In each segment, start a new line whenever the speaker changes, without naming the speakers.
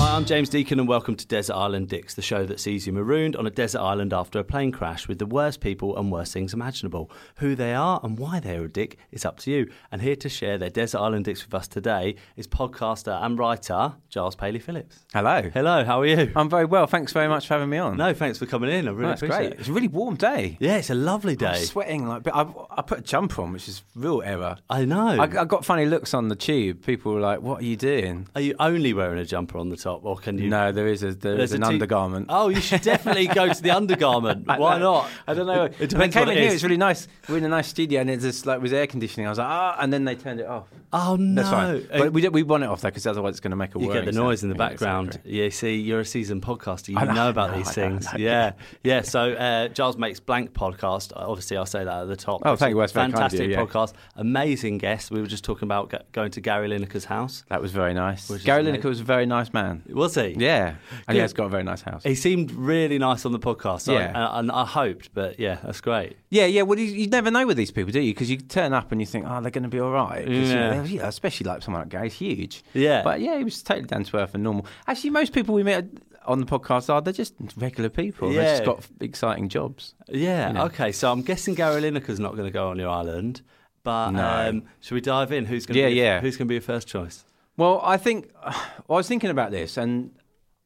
Hi, I'm James Deacon, and welcome to Desert Island Dicks, the show that sees you marooned on a desert island after a plane crash with the worst people and worst things imaginable. Who they are and why they're a dick is up to you. And here to share their Desert Island Dicks with us today is podcaster and writer Giles Paley Phillips.
Hello.
Hello, how are you?
I'm very well. Thanks very much for having me on.
no, thanks for coming in. I really
Oh, it's
appreciate
great.
it.
It's a really warm day.
Yeah, it's a lovely
I'm
day.
sweating like, but I, I put a jumper on, which is real error.
I know.
I, I got funny looks on the tube. People were like, "What are you doing?"
Are you only wearing a jumper on the top, or can you?
No, there is a there is
There's
an
a t-
undergarment.
Oh, you should definitely go to the undergarment.
I
Why
know.
not?
I don't know.
It depends
when I came
what
in
it
here,
is.
it's really nice. We're in a nice studio, and it just like was air conditioning. I was like, ah, and then they turned it off.
Oh no!
That's fine. But we, don't- we want it off though, because otherwise it's going to make a
You
whirring
get the
sound.
noise in the
Yeah, it's
background.
angry.
Yeah, see, you're a seasoned podcaster. You
I
know,
know,
about
I
these
know, I
things.
know.
Yeah, yeah. So uh, Giles makes blank podcast. Uh, Obviously, I say that at the top.
Oh,
It's
thank
a
you, that's very kind of
Fantastic
you, yeah.
podcast. Amazing guest. We were just talking about go- going to Gary Lineker's house.
That was very nice.
Which is
Gary
amazing.
Lineker was a very nice man.
Was he?
Yeah, and
Good.
he has got a very nice house.
He seemed really nice on the podcast. So
Yeah.
I- and I hoped, but yeah, that's great.
Yeah, yeah. Well, you, you never know with these people, do you? Because you turn up and you think, oh, they're going to be all right. 'Cause, you
Yeah.
know, yeah. Especially like someone like Gary's huge.
Yeah.
But yeah, he was totally down to earth and normal. Actually, most people we met on the podcast are they're just regular people. They've
Yeah.
just got exciting jobs.
Yeah.
You know.
Okay. So I'm guessing Gary Lineker's not going to go on your island. But
No.
um, should we dive in? Who's going?
Yeah,
be,
yeah.
Who's going to be your first choice?
Well, I think well, I was thinking about this, and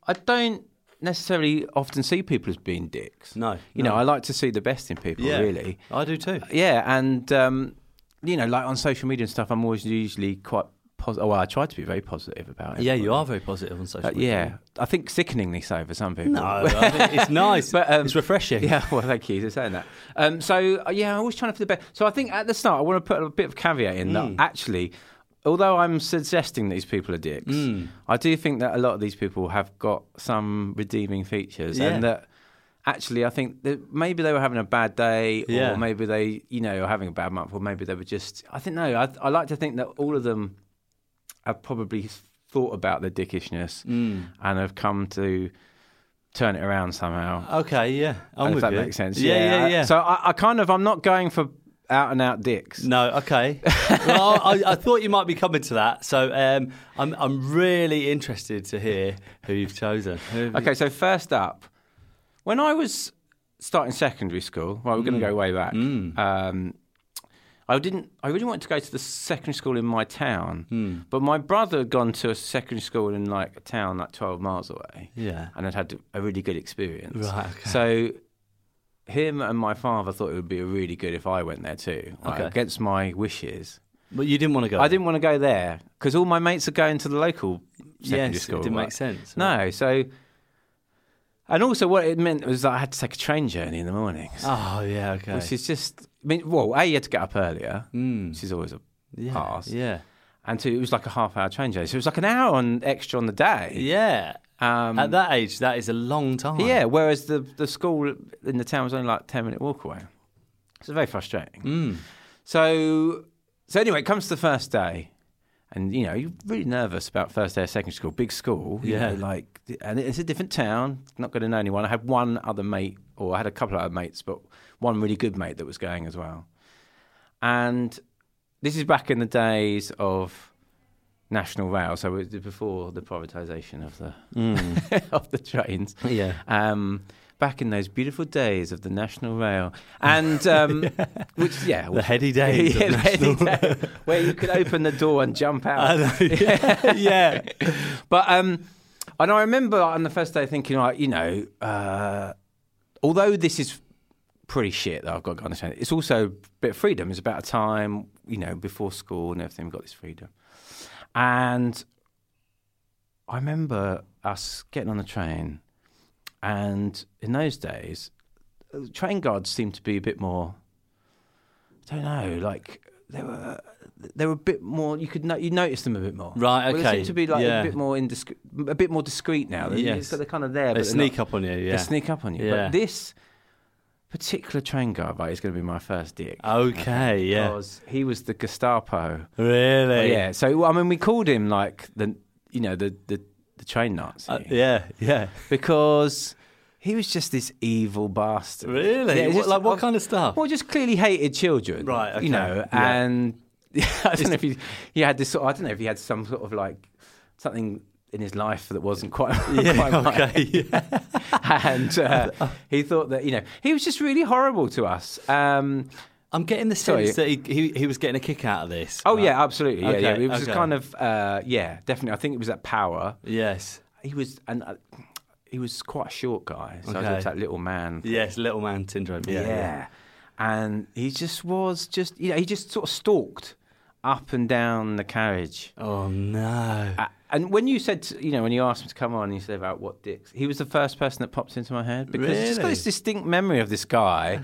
I don't necessarily often see people as being dicks.
No,
You
no.
know, I like to see the best in people. Oh, Really.
I do too.
Yeah, and um, you know, like on social media and stuff, I'm always usually quite positive. Well, I try to be very positive about it.
Yeah, you are very positive on social
Uh,
media.
yeah, I think sickeningly so for some people.
No, I think it's nice.
But, um,
it's refreshing.
Yeah, well, thank you for saying that. Um, so, uh, yeah, I'm always trying to for the best. So, I think at the start, I want to put a bit of caveat in
Mm.
that actually, although I'm suggesting these people are dicks,
Mm.
I do think that a lot of these people have got some redeeming features
Yeah.
and that actually, I think that maybe they were having a bad day
Yeah.
or maybe they, you know, are having a bad month or maybe they were just, I think, no, I, I like to think that all of them have probably thought about their dickishness
Mm.
and have come to turn it around somehow.
Okay, yeah. I'm
if
with
that
you.
makes sense.
Yeah, yeah, yeah.
I- so I, I kind of, I'm not going for out and out dicks.
no, okay. well, I, I thought you might be coming to that. So um, I'm, I'm really interested to hear who you've chosen. Who have you-
Okay, so first up, when I was starting secondary school, well, we're going
Mm.
to go way back. Um, I didn't. I really wanted to go to the secondary school in my town,
Hmm.
but my brother had gone to a secondary school in like a town like twelve miles away.
Yeah.
and had had a really good experience.
Right, okay.
So him and my father thought it would be really good if I went there too, like,
Okay.
against my wishes.
But you didn't want to go.
I didn't want to go there because all my mates are going to the local secondary
Yes, it
school.
didn't
right?
make sense.
No, so and also what it meant was that I had to take a train journey in the mornings,
Oh, yeah, okay. Hmm.
which is just. I mean, well, a you had to get up earlier, which is always a
yeah,
pass,
Yeah.
and two it was like a half hour train journey, so it was like an hour on extra on the day.
Yeah.
Um,
At that age, that is a long time.
Yeah, whereas the, the school in the town was only like 10 minute walk away. It's very frustrating.
Mm.
So, so anyway, it comes to the first day. And, you know, you're really nervous about first day of secondary school, big school. you
Yeah.
know, like, and it's a different town, not going to know anyone. I had one other mate, or I had a couple of other mates, but one really good mate that was going as well. And this is back in the days of National Rail, so it was before the privatisation of the of the trains.
Yeah.
Um, back in those beautiful days of the National Rail, and um, which yeah,
The heady days.
yeah,
of
the heady
national-
day, where you could open the door and jump
I
out.
know, yeah. yeah.
But um, and I remember on the first day thinking, like, you know, uh, although this is pretty shit that I've got to understand, it's also a bit of freedom. It's about a time, you know, before school and everything, we've got this freedom. And I remember us getting on the train And in those days, uh, train guards seemed to be a bit more. I don't know, like they were they were a bit more. You could no, you notice them a bit more,
Right,
Well, they
okay,
seem to be like
yeah.
a bit more indiscreet, a bit more discreet now. They're,
Yes.
so they're kind of there.
They
but they're
sneak
not-
up on you, yeah.
They sneak up on you.
Yeah.
But this particular train guard right, is going to be my first dick. Oh,
Okay, Oh, yeah.
Because he was the Gestapo.
Really?
Oh, Yeah. So I mean, we called him like the you know the the, the train Nazi
Uh, yeah, yeah.
because he was just this evil bastard.
Really?
Yeah, it
What-
was just-
like what kind of stuff?
Well, just clearly hated children.
Right, okay,
You know,
yeah.
and I don't know if he, he had this. Sort I don't know if he had some sort of like something in his life that wasn't quite, quite right.
okay. Yeah.
And uh, he thought that you know he was just really horrible to us. Um,
I'm getting the
Sorry.
sense that he, he he was getting a kick out of this.
oh
Like,
yeah, absolutely. Yeah,
Okay,
yeah. It was
okay.
just kind of uh, yeah, definitely. I think it was that power.
Yes.
He was and uh, he was quite a short guy, so I
Okay.
was that little man.
Yes, little man syndrome. Yeah.
Yeah. And he just was just, you know, he just sort of stalked up and down the carriage.
Oh no.
Uh, And when you said, to- you know, when you asked him to come on, you said about what dicks, he was the first person that popped into my head because I just got
Really?
this distinct memory of this guy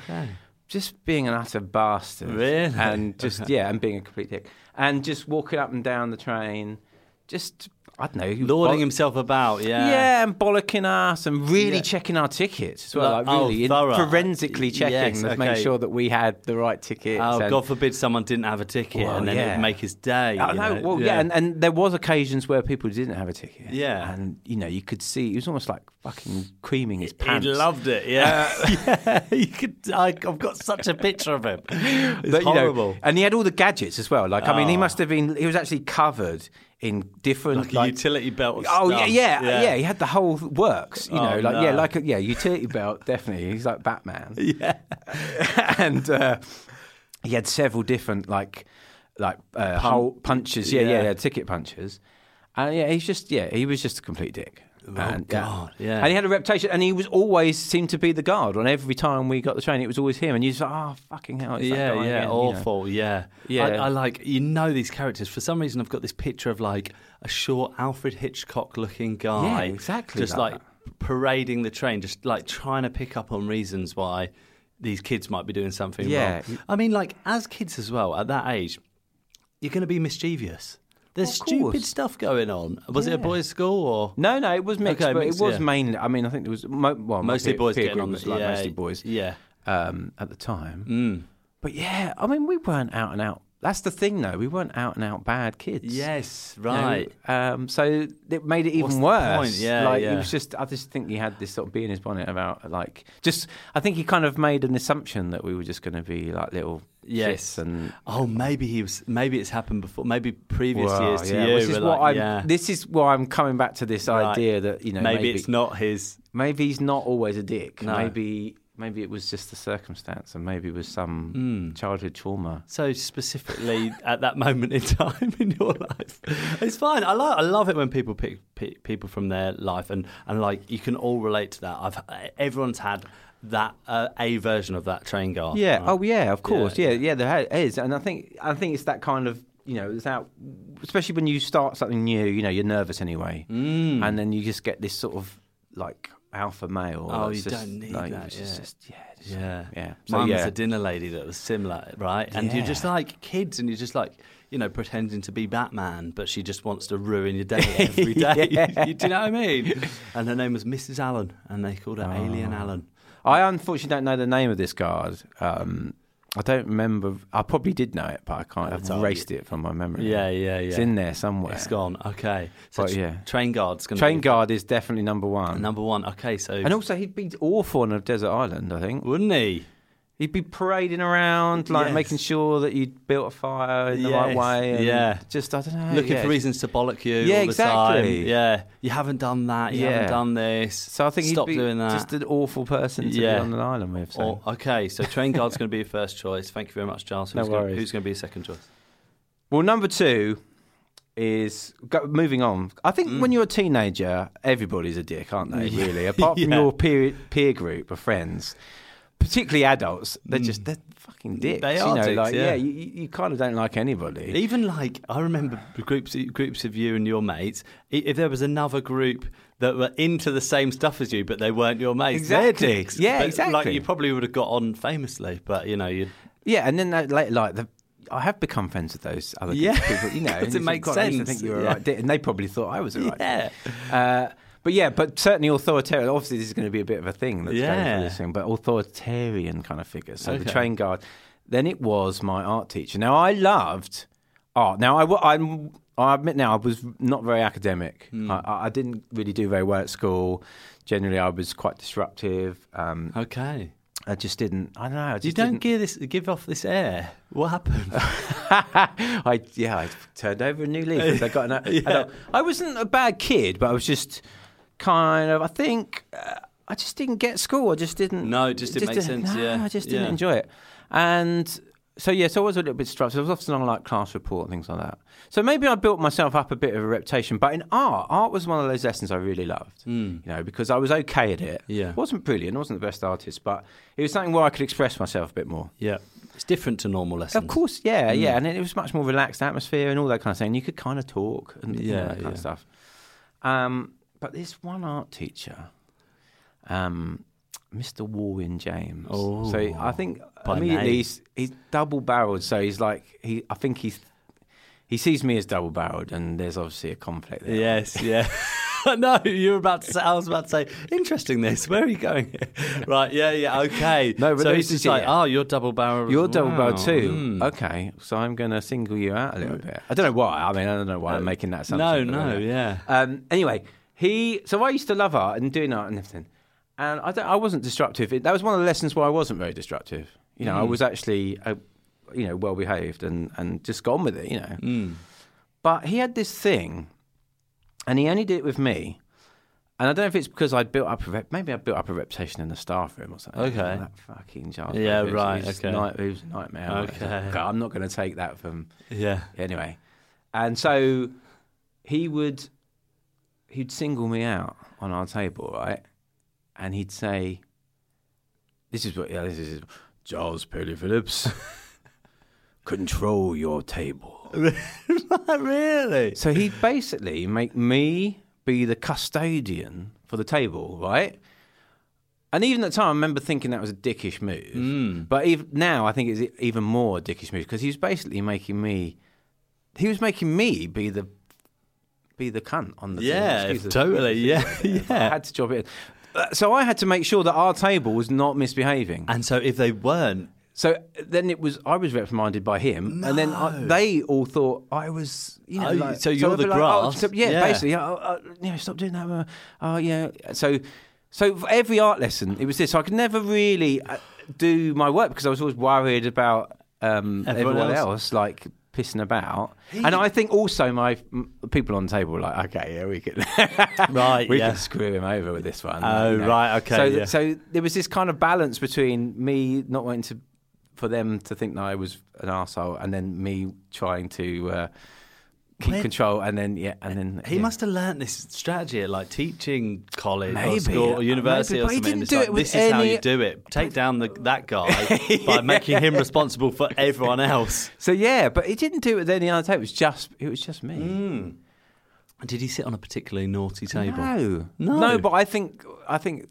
just being an utter bastard.
Really?
And just, yeah, and being a complete dick. And just walking up and down the train, just, I don't know. he was
Lording
bo-
himself about. Yeah.
yeah, and bollocking us and really
Yeah.
checking our tickets as well.
Like,
Like,
oh,
really in-
thorough.
forensically checking
Yes,
to make
okay.
sure that we had the right tickets.
Oh,
and-
God forbid someone didn't have a ticket
Well,
and then
yeah.
it'd make his day.
I
you
know,
know?
Uh, well, yeah, and, and there was occasions where people didn't have a ticket.
Yeah.
and you know, you could see he was almost like fucking creaming his
he
pants. Uh,
loved it. Yeah. yeah. You could, I, I've got such a picture of him. It's
But, you know,
horrible.
and he had all the gadgets as well. Like, I mean, he
Oh.
must have been. He was actually covered in different
like a utility belt. Of
Oh yeah,
stuff.
yeah, yeah, He had the whole works, you
Oh,
know, like yeah,
no.
like a, yeah, utility belt, definitely. He's like Batman.
Yeah.
and uh, he had several different like like uh, hole punches. Yeah, yeah,
yeah.
yeah, ticket punches. And yeah, he's just yeah, he was just a complete dick. and,
Oh,
uh,
God, yeah.
And he had a reputation, and he was always seemed to be the guard. On every time we got the train, it was always him, and you just like, oh fucking hell, it's that
yeah,
guy
yeah,
again," you know.
awful, yeah,
Yeah.
I, I like you know these characters. For some reason, I've got this picture of like a short Alfred Hitchcock-looking guy,
Yeah, exactly
just
like
like parading the train, just like trying to pick up on reasons why these kids might be doing something
Yeah.
wrong. I mean, like as kids as well, at that age, you're going to be mischievous. There's
Of course.
stupid stuff going on. Was it a
Yeah.
boys' school or
No, no, it was mixed,
Okay,
but
mixed,
it was
yeah.
mainly. I mean, I think it was mo- well, my
mostly
peer-
boys
peer
getting
group
on?
was
The,
like
yeah,
mostly boys.
Yeah,
um, at the time.
Mm.
But yeah, I mean, we weren't out and out. That's the thing, though. We weren't out and out bad kids.
yes,
You know,
right.
um, so it made it even
What's the
worse.
point? Yeah,
like
yeah.
it was just. I just think he had this sort of bee in his bonnet about like just. I think he kind of made an assumption that we were just going to be like little
Yes.
shits and.
Oh, maybe he was. Maybe it's happened before. Maybe previous
Wow,
years to
yeah,
you.
This is
were
what
like,
I'm.
yeah,
This is why I'm coming back to this
right.
idea that you know
maybe, it's not his.
maybe he's not always a dick.
No.
Maybe maybe it was just the circumstance, and maybe it was
Hmm.
some childhood trauma.
So specifically at that moment in time in your life, it's fine. I love. I love it when people pick, pick people from their life, and and like you can all relate to that. I've everyone's had that uh, a version of that train guard.
Yeah.
right?
Oh, yeah. Of course.
yeah.
Yeah. Yeah. there ha- is, and I think I think it's that kind of you know it's that especially when you start something new, you know, you're nervous anyway, mm. and then you just get this sort of like alpha male.
Oh,
that's
you
just,
don't need
like,
that,
it's
yeah.
Just, just, yeah, just-
Yeah.
yeah.
Mine
yeah.
was a dinner lady that was similar, right? And you're just
Yeah.
like kids and you're just like, you know, pretending to be Batman, but she just wants to ruin your day every day. you, do you know what I mean? And her name was Mrs. Allen and they called her Alien
Oh.
Allen.
I unfortunately don't know the name of this guard. Um, I don't remember. I probably did know it, but I can't. I've
time,
erased it from my memory.
Yeah, yeah, yeah.
It's in there somewhere.
It's gone. Okay. So
But,
tr-
yeah.
train guard's going to
Train
be
guard is definitely number one.
number one. Okay, so
And also, he'd be awful on a desert island. I think
wouldn't he?
he'd be parading around, like
Yes.
making sure that you'd built a fire in the right
Yes,
way. And
yeah.
just I don't know.
Looking
yeah.
for reasons to bollock you
Yeah,
all the time.
exactly.
Yeah. You haven't done that. You
Yeah.
haven't done this.
So I think
Stop
he'd be
doing that.
just an awful person to
Yeah.
be on an island with. So.
Or, Oh, okay, so train guard's going to be your first choice. Thank you very much, Giles.
No
Who's going,
worries.
who's going to be your second choice?
Well, number two is go, moving on. I think when you're a teenager, everybody's a dick, aren't they? Really, apart from
Yeah.
your peer peer group of friends. particularly adults, they're just they're fucking Mm. dicks.
They
you
are
know,
dicks,
like,
yeah.
you, you you kind of don't like anybody.
Even like I remember groups groups of you and your mates. i- If there was another group that were into the same stuff as you, but they weren't your mates,
Exactly.
they're dicks.
Yeah,
But, Like
exactly.
you probably would have got on famously, but you know you.
Yeah, and then that, like, like the, I have become friends with those other
Yeah.
people, you know.
'Cause
and
it
you think,
makes
"God, I used to
sense,
think you were a
yeah.
right dick," and they probably thought I was a right.
Yeah.
dick. Uh, but yeah, but certainly authoritarian. Obviously, this is going to be a bit of a thing that's going
Yeah.
for this thing, but authoritarian kind of figures. So
Okay.
the train guard. Then it was my art teacher. Now I loved art. Now I, wa- I'm. I admit now I was not very academic.
Hmm.
I I, I didn't really do very well at school. Generally, I was quite disruptive. Um,
Okay.
I just didn't. I don't know. I just
You
didn't-
don't give this give off this air. What happened?
I yeah, I turned over a new leaf. I got an adult. I wasn't a bad kid, but I was just kind of. I think uh, I just didn't get school. I just didn't.
No, it just didn't make sense,
no,
yeah.
I just didn't
Yeah.
enjoy it. And so yeah, so I was a little bit struck. So I was often on like class report and things like that. So maybe I built myself up a bit of a reputation. But in art, art was one of those lessons I really loved. You know, because I was okay at it.
Hmm. Yeah.
wasn't brilliant. I wasn't the best artist, but it was something where I could express myself a bit more.
yeah, it's different to normal lessons. Mm.
Of course, yeah, yeah, and it was much more relaxed atmosphere and all that kind of thing. You could kind of talk and yeah,
Yeah,
that kind
yeah.
of stuff. Um, but this one art teacher, um, Mr. Warwin James.
Oh.
so I think
By
immediately
name.
he's, he's double-barreled. So he's like, he, I think he's. He sees me as double-barreled, and there's obviously a conflict there.
Yes, yeah. I know you were about to say. I was about to say, interesting. This, where are you going? right, yeah, yeah, okay.
No, but
so
this
he's
is
just like,
it.
oh, you're double barrel.
You're double barreled
Hmm.
too. Okay, so I'm going to single you out a little bit. I don't know why. I mean, I don't know why I'm making that assumption.
Mm. Uh, No,
but
no,
whatever.
yeah.
Um, anyway, he. So I used to love art and doing art and everything, and I, don't, I wasn't disruptive. It, that was one of the lessons where I wasn't very disruptive. You know, I
Mm.
was actually, uh, you know, well behaved and and just gone with it. You know,
Hmm.
but he had this thing, and he only did it with me. And I don't know if it's because I built up a rep- maybe I built up a reputation in the staff room or something.
Okay.
that fucking Charles.
Yeah,
Baker,
right,
He was
okay.
night- he was a nightmare.
Okay.
Okay, I'm not going to take that from
Yeah.
anyway. And so he would he'd single me out on our table, right? And he'd say, "This is what yeah, this is Giles Purdy Phillips." Control your table.
really?
So he'd basically make me be the custodian for the table, right? And even at the time, I remember thinking that was a dickish move. But even now, I think it's e-, even more a dickish move because he was basically making me. He was making me be the be the cunt on the
Yeah,
table. Excuse the-
totally. Yeah,
I
yeah.
had to job it. in. Uh, So I had to make sure that our table was not misbehaving.
And so if they weren't,
So then it was I was reprimanded by him, and then I, they all thought I was. You know,
Oh,
like-
so you're
I'd be
the
like, oh,
grass.
stop- yeah,
Yeah.
basically. Oh, oh, yeah, stop doing that. uh, Oh, yeah. So, so for every art lesson, it was this. I could never really uh, do my work because I was always worried about um,
Everyone
everyone,
else.
else. like pissing about. and I think also my m- people on the table were like, okay, yeah, we can,
Right,
we
yeah.
can screw him over with this one.
Oh, right, okay,
So,
yeah.
so there was this kind of balance between me not wanting to, for them to think that I was an arsehole, and then me trying to uh, keep
Where-
control, and then yeah, and then
he
yeah.
must have learnt this strategy at like teaching college or
Maybe. Uh,
school or university
Maybe,
or
but he
something.
didn't
It's
do
like,
it with
this is how you
any-
do it. Take down the, that guy by making him responsible for everyone else.
So yeah, but he didn't do it with any other table. It was just it was just me.
Mm, And did he sit on a particularly naughty table?
No,
No.
But I think I think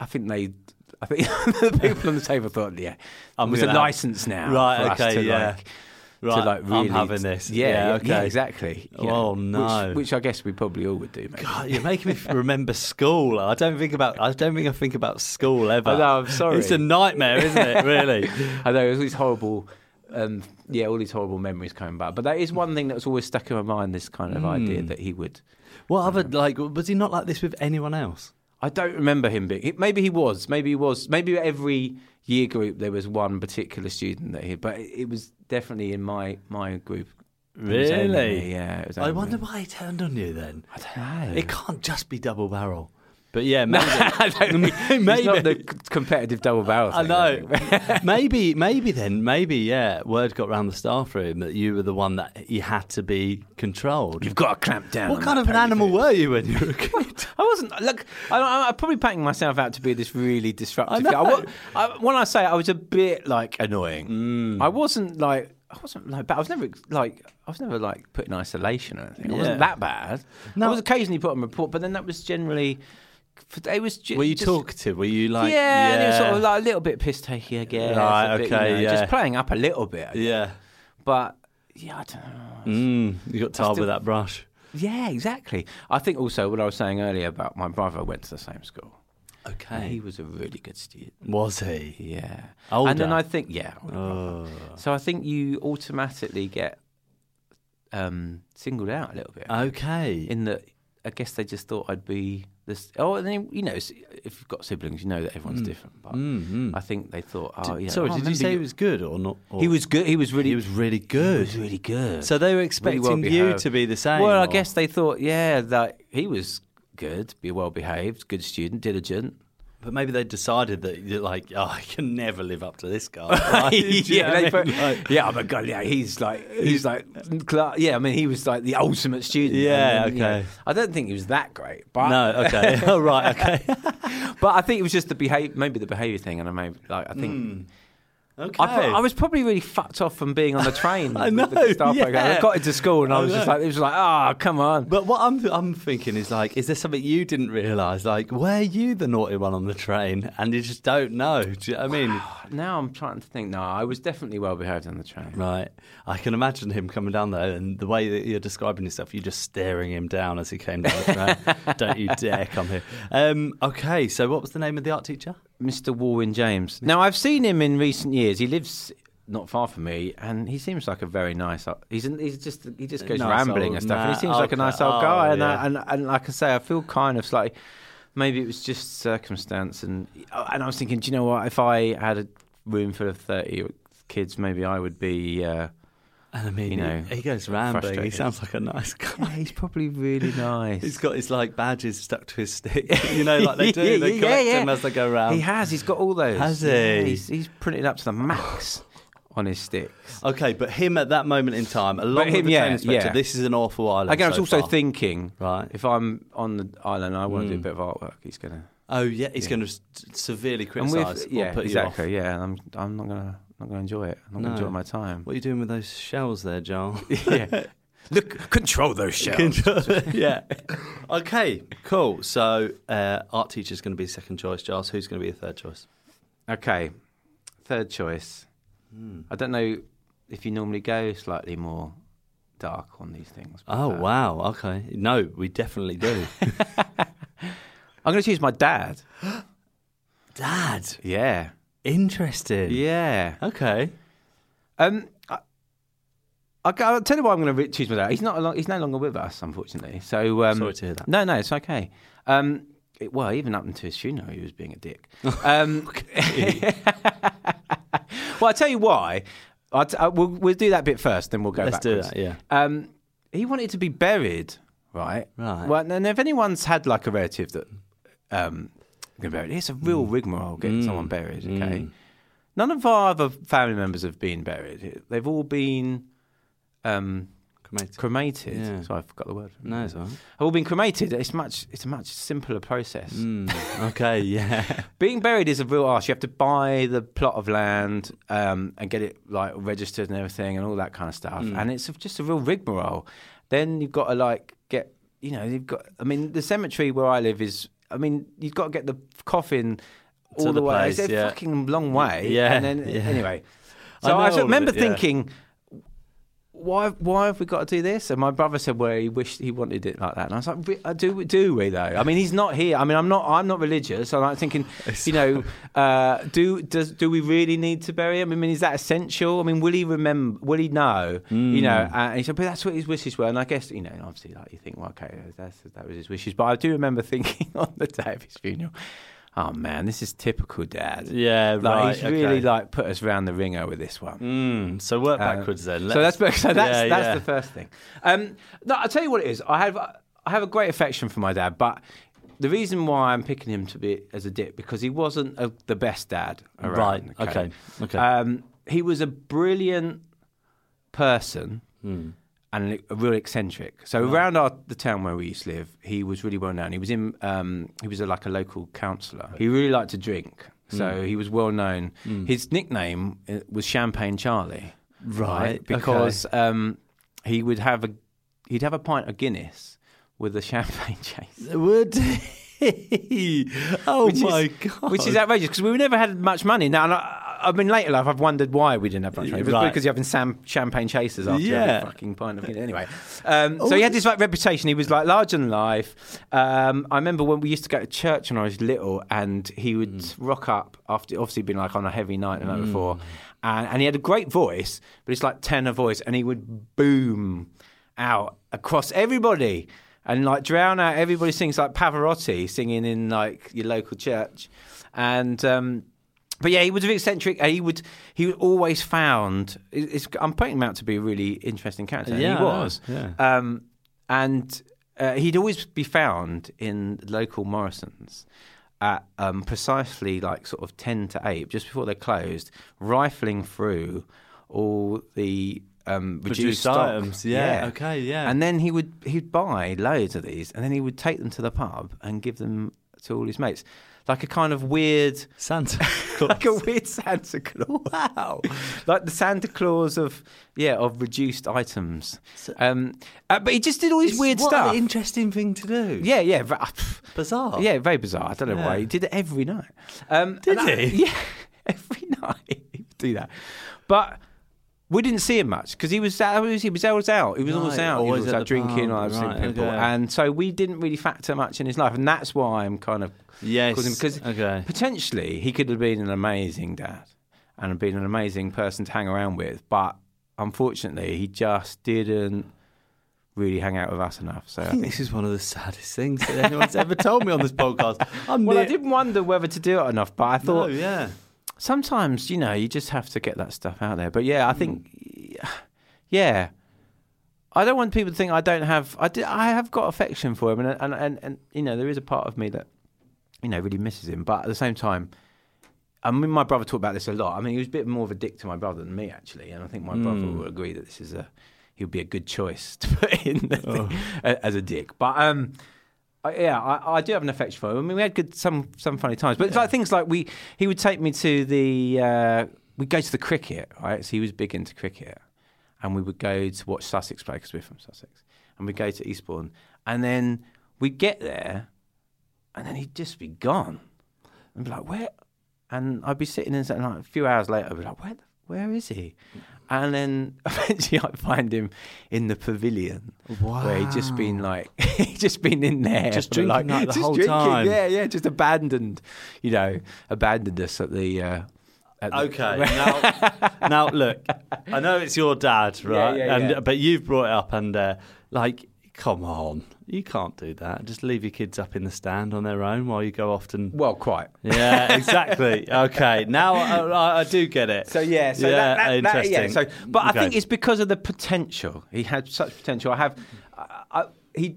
I think they. I think the people on the table thought, yeah,
I'm
it was a
gonna have-
license now,
Right,
for us
okay,
to,
yeah.
like,
Right,
to like
I'm
really
having this.
Yeah,
Yeah,
yeah,
okay.
yeah, exactly. you
Oh, no.
which, which I guess we probably all would do. Maybe.
God, you're making me remember school. I don't think about. I don't think I think about school ever.
I know, I'm sorry.
It's a nightmare, isn't it? Really.
I know it was all these horrible, um, yeah, all these horrible memories coming back. But that is one thing that's always stuck in my mind. This kind of idea
Hmm.
that he would.
what other like? Was he not like this with anyone else?
I don't remember him being. Maybe he was. Maybe he was. Maybe every year group there was one particular student that he. But it, it was definitely in my my group. It was only
Really?
me, yeah. It was
I
only
wonder
me.
why he turned on you then.
I don't know.
It can't just be double barrel. But yeah, maybe.
I don't think- It's
Maybe.
not the c- competitive double barrel.
I
thing,
know.
think.
maybe, maybe then, maybe, yeah. Word got round the staff room that you were the one that you had to be controlled.
You've got to clamp down.
what
on
kind
that
of an
pony
animal
thing.
were you when you were a kid?
I wasn't. Look, I, I, I'm probably painting myself out to be this really disruptive
I
guy. I
know.
wa- I, when I say I was a bit like annoying,
Mm.
I wasn't like I wasn't like bad. I was never like I was never like put in isolation or anything. I wasn't
Yeah.
that bad.
No.
I was occasionally put on report, but then that was generally. It was. Ju-
Were you
just,
talkative? Were you like,
Yeah, and it was sort of like a little bit piss takey, I guess.
Right,
a bit, you
okay,
know,
yeah.
Just playing up a little bit,
yeah.
but yeah, I don't know.
Mm, you got tarred
still-
with that brush.
Yeah, exactly. I think also what I was saying earlier about my brother went to the same school. He
Okay.
was a really good student.
Was he?
Yeah. And
Older? Oh.
then I think, yeah. older brother. So I think you automatically get um, singled out a little bit.
Uh. Okay.
in that, I guess they just thought I'd be this. Oh, and then, you know, s- if you've got siblings, you know that everyone's different. But I think they thought, oh, yeah.
Sorry,
oh, I
Mm. Mm-hmm. did you
remember
say he
you-
was good or not? Or
He was good. He was really.
He was really
he
good.
was really good.
so they were expecting
well
you
behaved.
to be the same.
Well, I
or-
guess they thought, yeah, that he was good, be well behaved, good student, diligent.
But maybe they decided that, you're like, oh, I can never live up to this guy. Right? Do you know
yeah,
what I mean?
they put-
Like-
yeah. Oh my god, yeah. He's like, he's like, cla- yeah. I mean, he was like the ultimate student. and
Yeah,
then, you know,
okay.
I don't think he was that great, but
No, okay. All right, okay.
but I think it was just the behavior, maybe the behavior thing, and I maybe like I think
Hmm, Okay.
I, pro- I was probably really fucked off from being on the train.
I
with the
know,
Gestapo
yeah.
guy. I got into school and I,
I
was just
know.
like, it was like, ah, come on.
but what I'm I'm thinking is like, is there something you didn't realise? Like, were you the naughty one on the train, and you just don't know? Do you know what I mean?
Now I'm trying to think. No, I was definitely well behaved on the train.
Right. I can imagine him coming down there, and the way that you're describing yourself, you're just staring him down as he came down the track. Don't you dare come here. Um, okay, so what was the name of the art teacher?
Mr. Warwin James. Now, I've seen him in recent years. He lives not far from me, and he seems like a very nice. He's an, he's just he just goes
Nice
rambling
old
and stuff. and he
man.
seems like a
Okay.
nice old
Oh,
guy. And,
yeah.
I, and and like I say, I feel kind of slightly maybe it was just circumstance. And oh, and I was thinking, do you know what? If I had a room full of thirty kids, maybe I would be. Uh,
And I mean,
You know,
he, he goes rambling. He
frustrated.
sounds like a nice guy.
he's probably really nice.
He's got his like badges stuck to his stick, you know, like they do. they
Yeah,
collect
yeah.
them as they go round.
He has. He's got all those.
Has he?
Yeah, he's, he's printed up to the max on his sticks.
Okay, but him at that moment in time, along
him,
with the
yeah,
train inspector,
yeah.
this is an awful island.
Again, I was
so
also
far.
thinking,
Right.
If I'm on the island, and I want to
Hmm.
do a bit of artwork. He's gonna.
Oh yeah, he's going to severely
And
criticise. or
yeah,
put
exactly.
You off.
Yeah, and I'm. I'm not gonna. Not gonna enjoy it. I'm not
No.
gonna enjoy my time.
What are you doing with those shells there, Joel?
yeah. Look, control those shells.
yeah. Okay. Cool. So, uh, art teacher's going to be second choice, Giles. Who's going to be your third choice?
okay, third choice.
Hmm.
I don't know if you normally go slightly more dark on these things. but,
Oh
uh,
wow. Okay. No, we definitely do.
I'm gonna choose my dad.
Dad.
Yeah.
Interesting.
Yeah.
Okay.
Um, I, I, will tell you why I'm going to choose my dad. He's not. along- He's no longer with us, unfortunately. So um,
Sorry to hear that.
No, no, it's okay. Um, it- well, even up until his funeral, he was being a dick. Um, well, I tell you why. I t- I, we'll, we'll do that bit first, then we'll go.
Let's do
backwards.
that, yeah.
Um, he wanted to be buried, right?
Right.
Well, and if anyone's had like a relative that um, been buried, it's a real
Mm.
rigmarole getting someone buried. Okay. None of our other family members have been buried. They've all been um,
Cremated.
cremated.
Yeah.
So I forgot the word.
no, it's all right.
Have all been cremated. It's much. It's a much simpler process.
Hmm. Okay. Yeah.
Being buried is a real arse. You have to buy the plot of land um, and get it like registered and everything and all that kind of stuff.
Mm.
And it's just a real rigmarole. Then you've got to like get, you know, you've got. I mean, the cemetery where I live is. I mean, you've got to get the coffin all
the
the, way.
place,
it's a
yeah.
fucking long way.
Yeah,
And then
yeah.
anyway,
I
so
know
I,
all of
remember
it, yeah.
thinking. Why? Why have we got to do this? And my brother said, "Well, he wished he wanted it like that." And I was like, "Re- uh, "Do we? Do we though? I mean, he's not here. I mean, I'm not. I'm not religious. I'm like thinking, you know, uh, do does do we really need to bury him? I mean, is that essential? I mean, will he remember? Will he know? You know?"
Hmm.
Uh, and he said, "But that's what his wishes were." And I guess you know, obviously, like you think, "Well, okay, that's, that was his wishes." But I do remember thinking on the day of his funeral, "Oh man, this is typical dad."
Yeah.
Like
right.
he's really
okay.
like put us round the ringer with this one.
Mm, so work
Uh,
backwards then.
so
Let's-
that's so that's
Yeah,
that's
yeah.
the first thing. Um, no, I'll tell you what it is. I have I have a great affection for my dad, but the reason why I'm picking him to be as a dick because he wasn't a, the best dad. Around,
Right, okay, Uh, okay.
Um, he was a brilliant person and an- e, a real eccentric. So around our, the town where we used to live, he was really well known. He was in. Um, he was a, like a local councillor. He really liked to drink. So he was well known. His nickname uh, was Champagne Charlie,
Right,
Because um, he would have a he'd have a pint of Guinness with a champagne chase.
Would he? Oh
Which is-
my god!
Which is outrageous because we never had much money. Now, and I, I mean, later life, I've wondered why we didn't have much money. It was
Right.
because you're having sam- champagne chasers after
Yeah. Oh.
every fucking pint of Guinness. Anyway, um, so he had this like reputation. He was like larger than life. Um, I remember when we used to go to church when I was little, and he would
Mm.
rock up after obviously been like on a heavy night the night before, and, and he had a great voice, but it's like tenor voice, and he would boom out across everybody and like drown out everybody sings like Pavarotti singing in like your local church, and um, but yeah, he was a bit eccentric. and He would he was always found. it- It's, I'm painting him out to be a really interesting character. and
Yeah, I
he
know.
was.
Yeah.
Um, and uh, he'd always be found in local Morrison's at um, precisely like sort of 10 to 8, just before they closed, rifling through all the um, reduced,
Reduced
stock.
items, yeah, okay, yeah.
And then he would he'd buy loads of these and then he would take them to the pub and give them to all his mates. Like a kind of weird
Santa.
like a weird Santa Claus. Wow, like the Santa Claus of yeah of reduced items. um, uh, but he just did all this weird
what
stuff.
An interesting thing to do.
yeah, yeah, va-
Bizarre.
yeah, very bizarre. I don't know why
Yeah.
he did it every night. Um,
Did
and I-
he?
yeah, every night he'd do that. But we didn't see him much because he was out- he was he was always out. He was always
Right,
out.
always
he was
at
out
the
drinking.
pub,
I was
right,
seeing people,
okay.
and so we didn't really factor much in his life, and that's why I'm kind of
Yes,
causing- because
okay.
potentially he could have been an amazing dad and have been an amazing person to hang around with, but unfortunately he just didn't really hang out with us enough. So I
I think
think.
this is one of the saddest things that anyone's ever told me on this podcast. I'm
Well, I
near-
didn't wonder whether to do it enough, but I
Oh,
thought
yeah.
sometimes you know you just have to get that stuff out there. But yeah, I think yeah, I don't want people to think I don't have. I did, I have got affection for him, and, and and and you know there is a part of me that you know really misses him. But at the same time, I mean my brother talked about this a lot. I mean he was a bit more of a dick to my brother than me actually, and I think my brother would agree that this is a he would be a good choice to put in the thing, a- as a dick. But um. I, yeah, I, I do have an affection for him. I mean, we had good some some funny times, but it's like things like we he would take me to the uh, we'd go to the cricket, right? So he was big into cricket, and we would go to watch Sussex play because we're from Sussex, and we'd go to Eastbourne, and then we'd get there, and then he'd just be gone, and be like, where? And I'd be sitting in and like, a few hours later, I'd be like, where the, where is he? And then eventually, I'd find him in the pavilion, where he'd just been like, he'd just been in there,
Just
for,
drinking,
like,
like, the
just
whole
drinking,
time.
yeah, yeah, just abandoned, you know, abandoned us at the. Uh, at the-
Okay. now, now, look, I know it's your dad, right?
yeah,
and
yeah.
but you've brought it up, and uh, like, come on, you can't do that. Just leave your kids up in the stand on their own while you go off and.
well, quite.
yeah, exactly. Okay, now I, I, I do get it.
So yeah, so that, that, that-
interesting.
yeah, so, but
Okay.
I think it's because of the potential. He had such potential. I have, I, I, he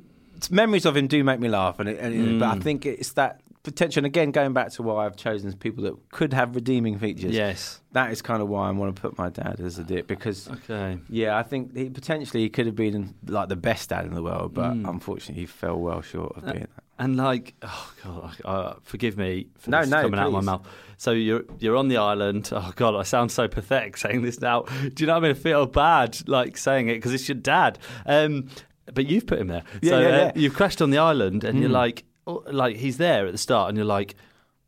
memories of him do make me laugh, and, it, and it- but I
Mm.
think it's that potential. And again, going back to why I've chosen people that could have redeeming features.
Yes.
that is kind of why I want to put my dad as a dip because.
Okay.
Yeah, I think he potentially could have been like the best dad in the world, but
Mm.
unfortunately he fell well short
Uh,
of being that.
And like, oh god, I- uh, forgive me for
No,
this
no,
coming out of my
please.
mouth. So you're you're on the island. Oh god, I sound so pathetic saying this now. Do you know what I mean? I feel bad like saying it because it's your dad. Um, but you've put him there. so
yeah,
uh,
yeah. Hmm.
you've crashed on the island, and you're like, oh, like he's there at the start, and you're like,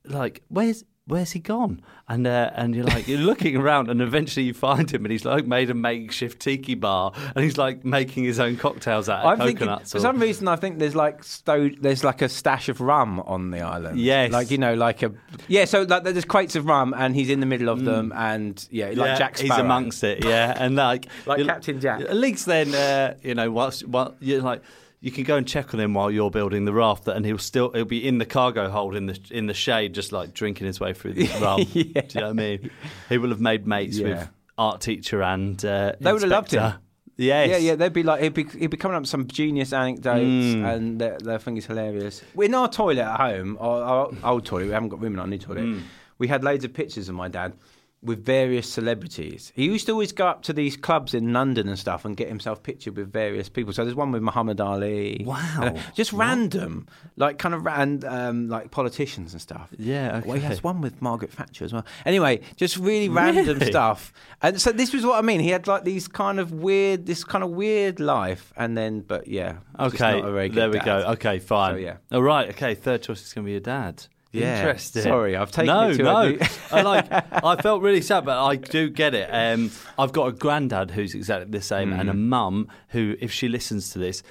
like where's where's he gone? And uh, and you're like you're looking around, and eventually you find him, and he's like made a makeshift tiki bar, and he's like making his own cocktails out of
I'm thinking,
coconuts.
for
or-
some reason, I think there's like stowed, there's like a stash of rum on the island.
Yes.
like you know, like a yeah. So like there's crates of rum, and he's in the middle of them, and yeah, like
Mm. yeah,
Jack Sparrow.
He's amongst it, yeah, and like
Like
you'll-
Captain Jack.
At least then, uh, you know, whilst while you're like. You can go and check on him while you're building the raft, and he'll still he'll be in the cargo hold in the in the shade, just like drinking his way through the rum. Do you know what I mean? He will have made mates
Yeah.
with art teacher and uh,
They would have loved
inspector.
him.
Yes.
Yeah, yeah, they'd be like, he'd be, he'd be coming up with some genius anecdotes,
Mm.
and their, their thing is hilarious. In our toilet at home, our, our old toilet, we haven't got room in our new toilet,
Mm.
we had loads of pictures of my dad with various celebrities. He used to always go up to these clubs in London and stuff and get himself pictured with various people. So there's one with Muhammad Ali.
Wow.
And, uh, just random, like kind of random, um, like politicians and stuff.
Yeah,
Well, he
okay.
has one with Margaret Thatcher as well. Anyway, just really random
Really?
stuff. And so this was what I mean. He had like these kind of weird, this kind of weird life, and then, but yeah, just
Okay,
not a very good
there we
dad.
go. Okay, fine.
So, yeah.
All right. Okay, third choice is going to be your dad.
Yeah,
Interesting.
sorry, I've taken
no,
it to a
no.
new-
I like. I felt really sad, but I do get it. Um, I've got a granddad who's exactly the same, and
Mm.
a mum who, if she listens to this,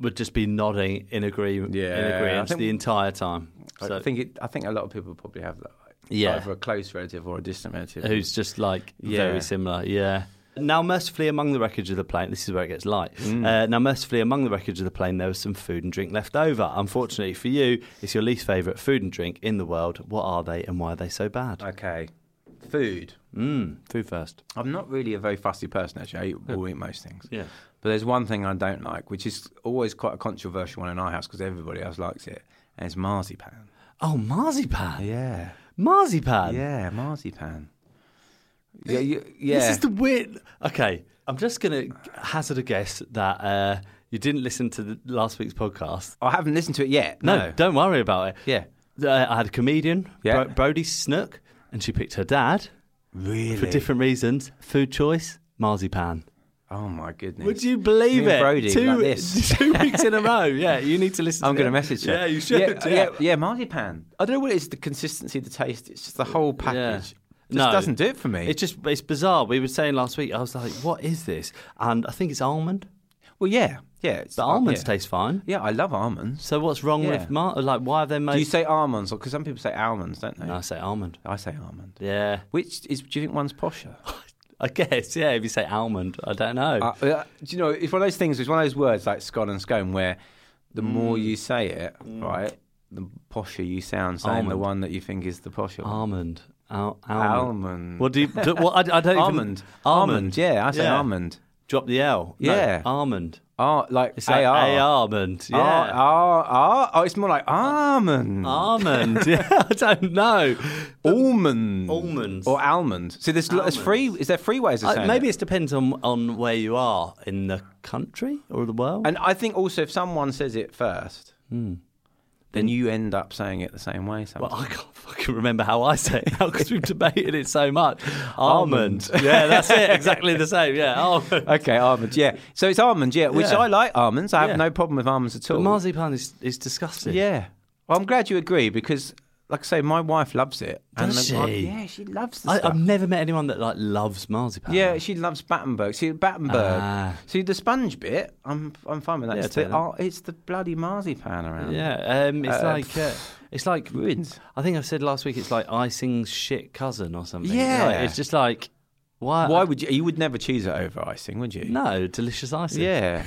would just be nodding in agreement. in
Yeah, I
agreement
think-
the entire time.
I
So,
think it, I think a lot of people probably have that. Like,
Yeah.
either a close relative or a distant relative.
who's just like
Yeah.
very similar. Yeah. Now, mercifully, among the wreckage of the plane, this is where it gets light. Uh, now, mercifully, among the wreckage of the plane, there was some food and drink left over. Unfortunately for you, it's your least favourite food and drink in the world. What are they and why are they so bad?
okay? Food.
Mm, food first.
I'm not really a very fussy person actually. I eat, will eat most things.
Yeah.
But there's one thing I don't like, which is always quite a controversial one in our house because everybody else likes it, and it's marzipan.
Oh, marzipan.
Yeah.
Marzipan.
Yeah, marzipan. Yeah, you, yeah.
This is the weird. Okay, I'm just going to hazard a guess that uh, you didn't listen to the last week's podcast.
I haven't listened to it yet.
No,
No.
don't worry about it.
Yeah.
Uh, I had a comedian,
Yeah.
Bro- Brody Snook, and she picked her dad.
Really?
for different reasons. Food choice, marzipan.
oh my goodness.
Would you believe
Me and
it?
Brody,
two,
like this.
two weeks in a row. Yeah, you need to listen.
I'm
to
going to
it.
message her.
Yeah, you should.
Yeah,
yeah.
yeah, yeah, marzipan. I don't know what it is—the consistency, the taste. It's just the whole package. Just
No.
doesn't do it for me.
It's just it's bizarre. We were saying last week. I was like, "What is this?" And I think it's almond.
well, yeah, yeah. It's
But almonds
Oh, yeah.
taste fine.
Yeah, I love almonds.
So what's wrong
Yeah.
with mar- like? Why have they made?
Do you say almonds? Because some people say almonds, don't they?
No, I say almond.
I say almond.
Yeah,
Which is? Do you think one's posher?
I guess. Yeah, if you say almond, I don't know.
Uh, uh, do you know, it's one of those things, it's one of those words like scone and scone where the
Mm.
more you say it, right, the posher you sound saying the
Almond.
one that you think is the posher one.
almond. Al- almond.
Almond.
What do you? Do, well, I, I don't even-
almond.
Almond.
Yeah, I say
Yeah.
almond.
Drop the L. No,
Yeah.
almond.
Ah, like
It's like
AR.
almond. Yeah.
Ah, ah, ah. Oh, it's more like almond.
Almond. yeah, I don't know.
Almond.
Almonds.
Or almond. See, there's, there's three. Is there three ways of
Uh,
saying
maybe
it?
it depends on, on where you are in the country or the world.
And I think also if someone says it first, then you end up saying it the same way. Sometimes.
Hmm. well, I can't fucking remember how I say it now because we've debated it so much. Almond. yeah, that's it. Exactly the same. Yeah, almond.
Okay, almonds. Yeah. So it's almonds. Yeah, which
Yeah.
I like almonds. I have
Yeah.
no problem with almonds at all.
Marzipan is, is disgusting.
yeah. Well, I'm glad you agree because, like I say, my wife loves it.
Does
like,
she?
yeah, she loves the
I,
stuff.
I've never met anyone that like loves marzipan.
yeah, she loves Battenberg. See, Battenberg.
Ah.
See, the sponge bit, I'm I'm fine with that.
Yeah,
it's,
take
the,
that.
oh, it's the bloody marzipan around.
yeah. Um, it's
Uh,
like uh, it's like
ruins.
I think I said last week. It's like icing's shit cousin or something.
Yeah.
Like, it's just like why?
Why would you? You would never choose it over icing, would you?
No, delicious icing.
Yeah.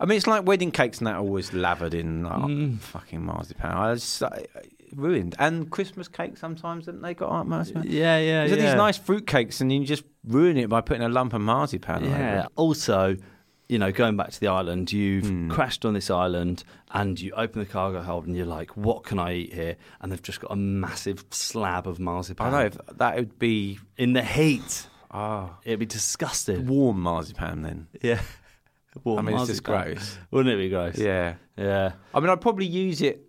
I mean, it's like wedding cakes and that are always lathered in like,
Mm.
fucking marzipan. I just, I, ruined. And Christmas cake sometimes, haven't they got like, marzipan?
Yeah, yeah,
There's
yeah.
these nice fruitcakes, and you just ruin it by putting a lump of marzipan. on
Yeah.
it.
Also, you know, going back to the island, you've
Hmm.
crashed on this island and you open the cargo hold and you're like, what can I eat here? And they've just got a massive slab of marzipan.
I know if that would be
In the heat.
ah
It'd be disgusting.
warm marzipan. Then
Yeah. Warm
I mean, it's just
marzipan.
gross.
Wouldn't it be gross?
Yeah,
Yeah.
I mean, I'd probably use it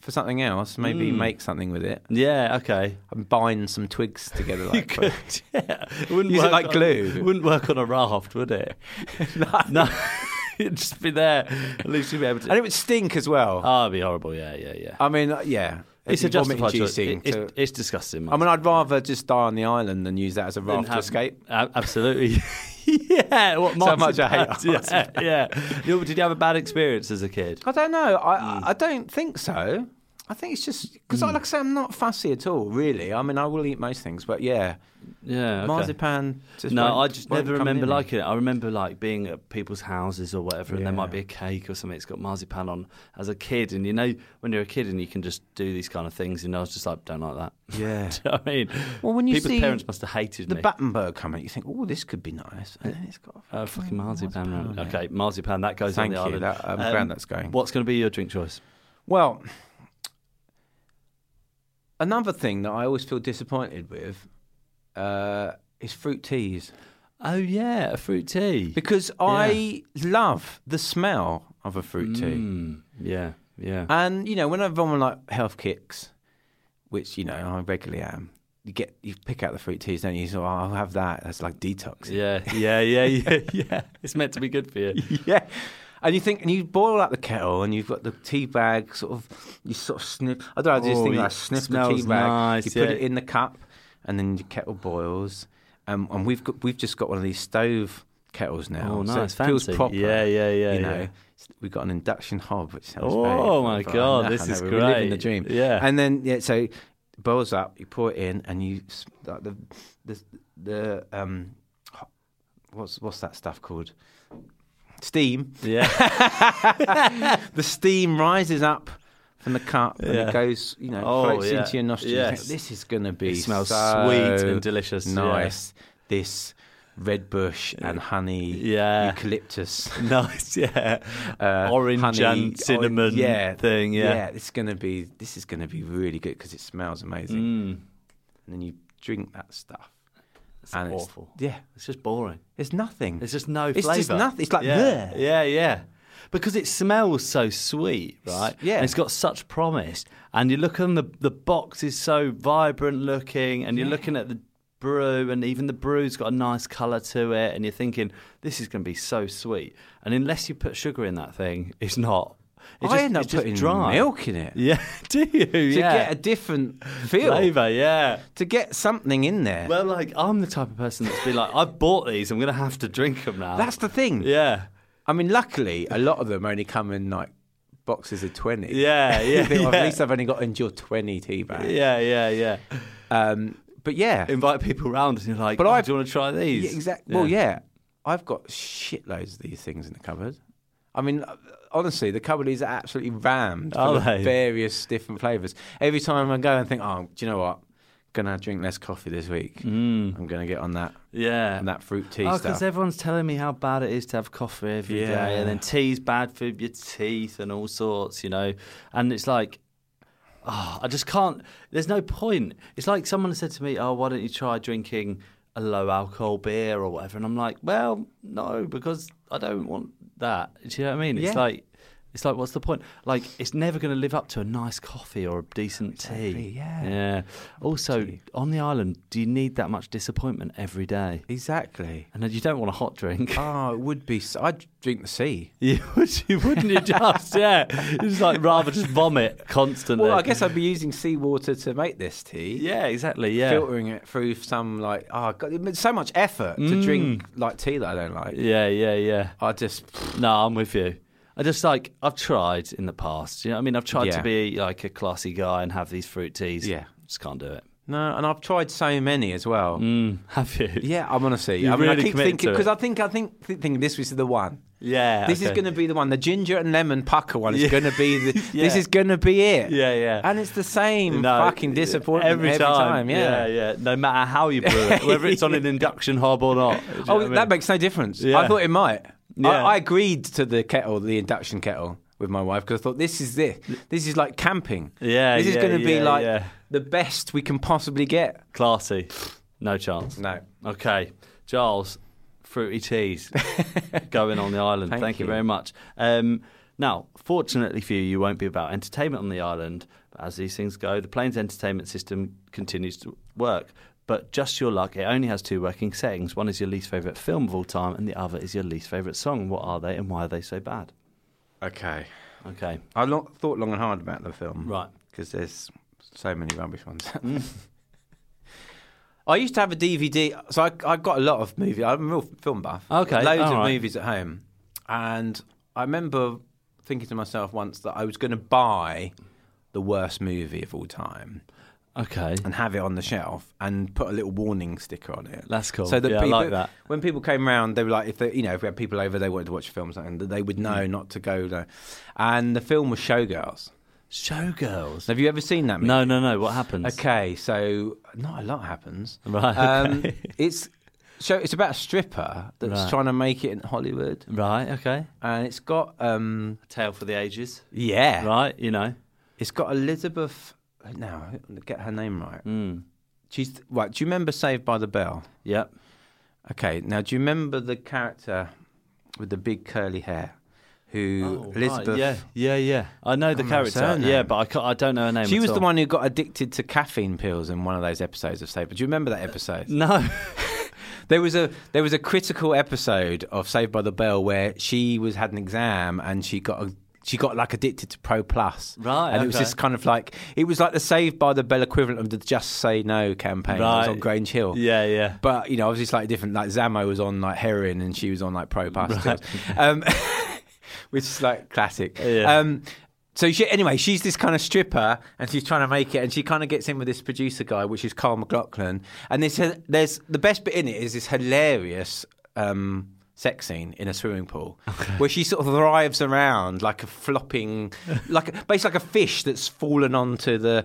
for something else. Maybe
Mm.
make something with it
Yeah, okay.
and bind some twigs together.
You
Like
could, yeah. It wouldn't
Use it like
on-
glue.
Wouldn't work on a raft, would it? no. It'd just be there. At least you'd be able to.
and it would stink as well.
Oh, it'd be horrible. Yeah, yeah, yeah.
I mean, uh, yeah,
it's a
It'd be
justified
vomit
choice.
inducing
It- it's,
to-
it's disgusting.
I mean, I'd rather just die on the island than use that as a raft to escape.
absolutely. yeah. What
So much I hate
marzipan- Yeah. yeah. You- Did you have a bad experience as a kid?
I don't know. I
Mm.
I I don't think so. I think it's just because, like I say, I'm not fussy at all. Really, I mean, I will eat most things, but yeah,
Yeah. okay.
Marzipan. Just
No, I
won't-
just
won't
never
come
remember
near me.
liking it. I remember like being at people's houses or whatever, and there might be
Yeah.
a cake or something. It's got marzipan on. As a kid, and you know when you're a kid and you can just do these kind of things, and I was just like, don't like that.
Yeah.
Do you know what I mean,
Well, when you
people's
see
parents must have hated
the
me.
Battenberg coming, you think, oh, this could be nice. And then it's got a
uh, fucking marzipan.
Oh, marzipan
marzipan
on it.
okay, marzipan. That goes on
Thank
the
you.
island.
That, I'm
Um,
glad that's going.
What's going to be your drink choice?
Well, another thing that I always feel disappointed with uh, is fruit teas
Oh yeah, a fruit tea.
because I love the smell of a fruit tea.
Mm, yeah, yeah.
And you know, when I'm on like health kicks, which you know I regularly am, you get you pick out the fruit teas, don't you? So oh, I'll have that. That's like detox.
Yeah, yeah, yeah, yeah, yeah. It's meant to be good for you.
yeah. And you think, and you boil up the kettle, and you've got the tea bag sort of, you sort of snip. I don't know, I do this
Oh,
thing where I
it
snip the
smells
tea bag.
nice,
you put
yeah.
it in the cup, and then your kettle boils. Um, and we've got, we've just got one of these stove kettles now.
Oh,
so
nice,
it feels
fancy.
proper.
Yeah, yeah, yeah, yeah.
You know, It's- we've got an induction hob, which sounds very
Oh my
proper. I
god,
know, I
this
know,
is
we're
great.
living the dream.
Yeah.
And then yeah, so boils up, you pour it in, and you s- like the the the um, ho- what's what's that stuff called? Steam.
yeah.
The steam rises up from the cup and
Yeah.
it goes, you know,
Oh,
floats
yeah.
into your nostrils. You think,
Yes.
this is going to be
It smells
so
sweet and delicious, yeah.
Nice. This red bush and honey,
Yeah.
eucalyptus.
nice, yeah.
uh,
Orange
honey,
and cinnamon thing, yeah.
yeah. It's gonna be this is gonna be really good because it smells amazing.
Mm.
And then you drink that stuff,
It's
and
awful.
It's, yeah,
It's just boring.
it's nothing.
There's just no
It's
flavour.
just nothing. It's like
yeah.
there.
Yeah, yeah. Because it smells so sweet, right?
yeah.
And it's got such promise. And you look on the the box is so vibrant looking, and you're looking at the brew, and even the brew's got a nice colour to it, and you're thinking, this is going to be so sweet. And unless you put sugar in that thing, it's not. It
I
just-
end up
it's just
putting
dry.
milk in it
Yeah, do you?
to
yeah.
get a different feel,
flavour, yeah.
to get something in there.
Well, like, I'm the type of person that's been like, I've bought these, I'm going to have to drink them now.
That's the thing.
Yeah.
I mean, luckily, a lot of them only come in like boxes of twenty.
Yeah,
You
yeah.
think, well,
yeah.
At least I've only got to endure twenty tea bags.
Yeah, yeah, yeah.
Um, but yeah,
Invite people round and you're like,
But
oh,
I-
do you want to try these?
Yeah, exactly. Well, yeah, I've got shitloads of these things in the cupboard. I mean, uh, honestly, the cupboard is absolutely rammed
Are
full of
they?
various different flavors. Every time I go and think, oh, do you know what? Gonna drink less coffee this week. Mm. I'm gonna get on that
Yeah.
on that fruit tea
Oh,
stuff.
because everyone's telling me how bad it is to have coffee every day,
Yeah.
and then tea's bad for your teeth and all sorts, you know. And it's like, oh, I just can't. There's no point. It's like someone said to me, "Oh, why don't you try drinking a low alcohol beer or whatever?" And I'm like, "Well, no, because I don't want that." Do you know what I mean? It's
Yeah.
like. It's like, what's the point? Like, it's never going to live up to a nice coffee or a decent
Exactly,
tea.
yeah.
Yeah. Also, on the island, do you need that much disappointment every day?
Exactly.
And then you don't want a hot drink.
Oh, it would be. s- I'd drink the sea.
You would, you wouldn't you just? Yeah, it's like rather just vomit constantly.
Well, I guess I'd be using seawater to make this tea.
Yeah, exactly. Yeah,
Filtering it through some like oh god, it- so much effort to drink like tea that I don't like.
Mm. yeah, yeah, yeah.
I just
No, I'm with you. I just like I've tried in the past. You know, what I mean, I've tried
Yeah.
to be like a classy guy and have these fruit teas.
Yeah.
just can't do it.
No, and I've tried so many as well.
Mm, have you?
Yeah, I'm honestly.
You
I mean,
really
I keep
committed
thinking
to it.
because I think I think th- thinking this was the one.
yeah.
This is
okay.
going to be the one. The ginger and lemon pucker one is
Yeah.
going to be. The,
Yeah.
This is going to be it.
Yeah, yeah.
And it's the same
No,
fucking disappointment every, time.
yeah,
Yeah.
yeah. No matter how you brew it, whether it's on an induction hob or not. Do you know
Oh,
what I mean?
that makes no difference. I
Yeah.
thought it might.
Yeah.
I, I agreed to the kettle, the induction kettle, with my wife because I thought this is this. This is like camping.
Yeah,
This is
yeah,
going to be
yeah,
like
yeah.
the best we can possibly get.
classy. No chance.
No.
Okay, Giles, fruity teas going on the island.
Thank
Thank, you.
you.
very much. Um, now, fortunately for you, you won't be about entertainment on the island. But as these things go, the plane's entertainment system continues to work. But just your luck, it only has two working settings. One is your least favourite film of all time, and the other is your least favourite song. What are they, and why are they so bad?
Okay.
Okay,
I lo- thought long and hard about the film.
Right.
Because there's so many rubbish ones. Mm. I used to have a DVD, so I, I got a lot of movies. I'm a real film buff.
Okay,
Loads
all
of
right.
movies at home. And I remember thinking to myself once that I was going to buy the worst movie of all time.
Okay.
and have it on the shelf and put a little warning sticker on it.
That's cool.
So that
Yeah, I
people,
like that.
when people came round, they were like, if they, you know, if we had people over, they wanted to watch films, and they would know not to go there. And the film was Showgirls.
Showgirls.
Have you ever seen that? Movie?
No, no, no. What happens?
Okay, so not a lot happens.
Right,
Um,
okay.
it's so it's about a stripper that's
Right.
trying to make it in Hollywood,
Right. Okay.
and it's got um,
Tale for the ages.
yeah,
Right. You know.
it's got Elizabeth. Now get her name right.
Hmm.
She's right. Do you remember Saved by the Bell?
Yep.
Okay, now do you remember the character with the big curly hair who
Oh,
Elizabeth?
Right. Yeah. Yeah. Yeah. I know the
can't remember her
character. Yeah,
name.
but I, can't, I don't know her name.
She
at
was the
all.
one who got addicted to caffeine pills in one of those episodes of Saved. But do you remember that episode?
No.
There was a there was a critical episode of Saved by the Bell where she was had an exam and she got a, she got like addicted to Pro Plus.
Right,
And it was
okay.
just kind of like it was like the Saved by the Bell equivalent of the Just Say No campaign that was
Right.
on Grange Hill.
yeah. Yeah.
But you know, obviously slightly different. Like Zamo was on like heroin, and she was on like pro pastels, um, which is like classic.
Yeah.
Um, so she, anyway, she's this kind of stripper, and she's trying to make it, and she kind of gets in with this producer guy, which is Carl McLaughlin. And there's there's the best bit in it is this hilarious. Um, Sex scene in a swimming pool where she sort of thrives around like a flopping, like a- basically like a fish that's fallen onto the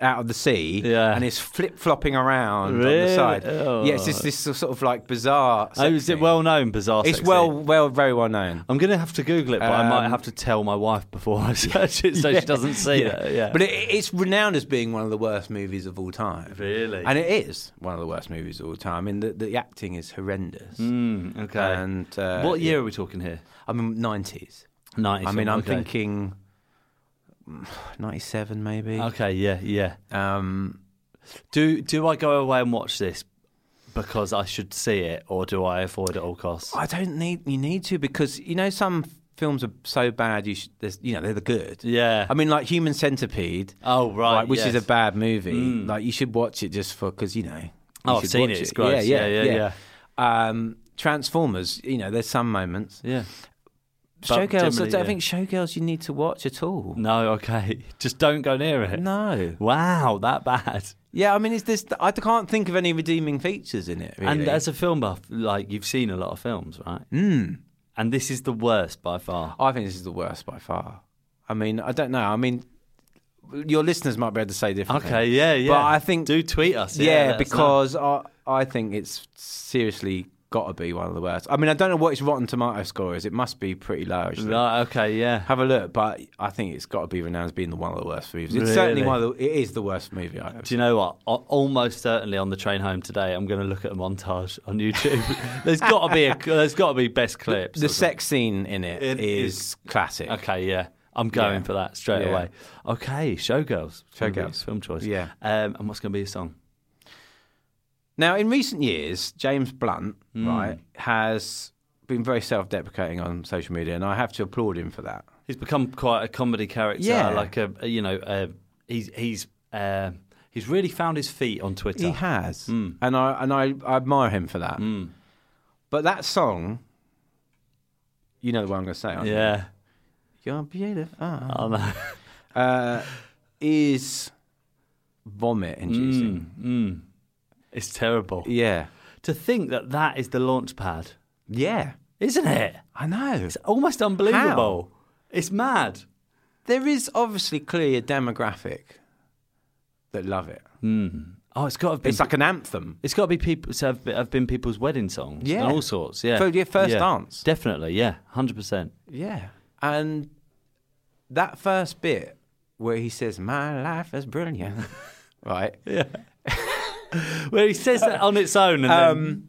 out of the sea
Yeah.
and is flip flopping around on the
Really?
side.
Oh.
Yeah, it's just this sort of like bizarre.
Oh,
sex
is it
scene.
well known? Bizarre.
It's
sex
well,
scene?
well, very well known.
I'm gonna have to Google it, but I might
Um,
have to tell my wife before I search it so she doesn't see it. Yeah.
But it, it's renowned as being one of the worst movies of all time.
Really?
And it is one of the worst movies of all time. I mean, the, the acting is horrendous. Hmm,
Mm, okay.
And uh,
what year are we talking here?
I mean, nineties.
Ninety.
I mean, I'm
okay.
thinking ninety-seven, maybe.
Okay. Yeah. Yeah.
Um,
Do do I go away and watch this because I should see it, or do I avoid at all costs?
I don't need you need to because you know some films are so bad. You should, there's- you know, they're the good.
yeah.
I mean, like Human Centipede.
oh right,
Like, which
yes. Mm.
is a bad movie. Like you should watch it just for because you know. you
Oh, I've
should
seen
watch
it. It's gross. Yeah, yeah,
Um, Transformers. You know, there's some moments.
Yeah. But
Showgirls. I
generally,
don't
yeah.
think Showgirls you need to watch at all.
No. Okay. Just don't go near it.
No.
Wow, that bad.
Yeah, I mean, is this? I can't think of any redeeming features in it. Really.
And as a film buff, like you've seen a lot of films, right?
Hmm.
And this is the worst by far.
I think this is the worst by far. I mean, I don't know. I mean, your listeners might be able to say differently.
Okay. Yeah. Yeah.
Oh, But I think
do tweet us.
Yeah,
let us know.
because I, I think it's seriously got to be one of the worst. I mean, I don't know what its Rotten Tomato score is. It must be pretty low. Actually.
Right. Okay. Yeah.
Have a look, but I think it's got to be renowned as being the one of the worst movies. It's certainly
Really?
one of the. It is the worst movie I've ever
Do you know what? Al- Almost certainly on the train home today, I'm going to look at a montage on YouTube. there's got to be a, there's got to be best clips.
seen. The
or something.
sex scene in it,
It
it is,
is-
classic.
Okay, yeah, I'm going
Yeah.
for that straight
Yeah.
away. Okay, Showgirls,
Showgirls.
film choice.
Yeah.
um, and what's going to be your song?
Now, in recent years, James Blunt right has been very self-deprecating on social media, and I have to applaud him for that.
He's become quite a comedy character.
Yeah.
like a you know uh, he's he's uh, he's really found his feet on Twitter.
He has, and I and I, I admire him for that. But that song, you know the one I'm going to say, aren't you?
yeah,
You're beautiful.
I know.
Uh, is vomit inducing?
it's terrible.
Yeah,
To think that that is the launch pad,
yeah.
isn't it?
I know.
It's almost unbelievable. It's mad.
There is obviously clearly a demographic that love it.
Oh, it's got to be.
It's like an anthem.
It's got to be people. So have, have been people's wedding songs.
Yeah.
and all sorts. Yeah,
For your first
Yeah.
dance.
Definitely. Yeah, hundred percent.
Yeah, and that first bit where he says, "My life is brilliant," right?
Well, he says that on its own, and
Um,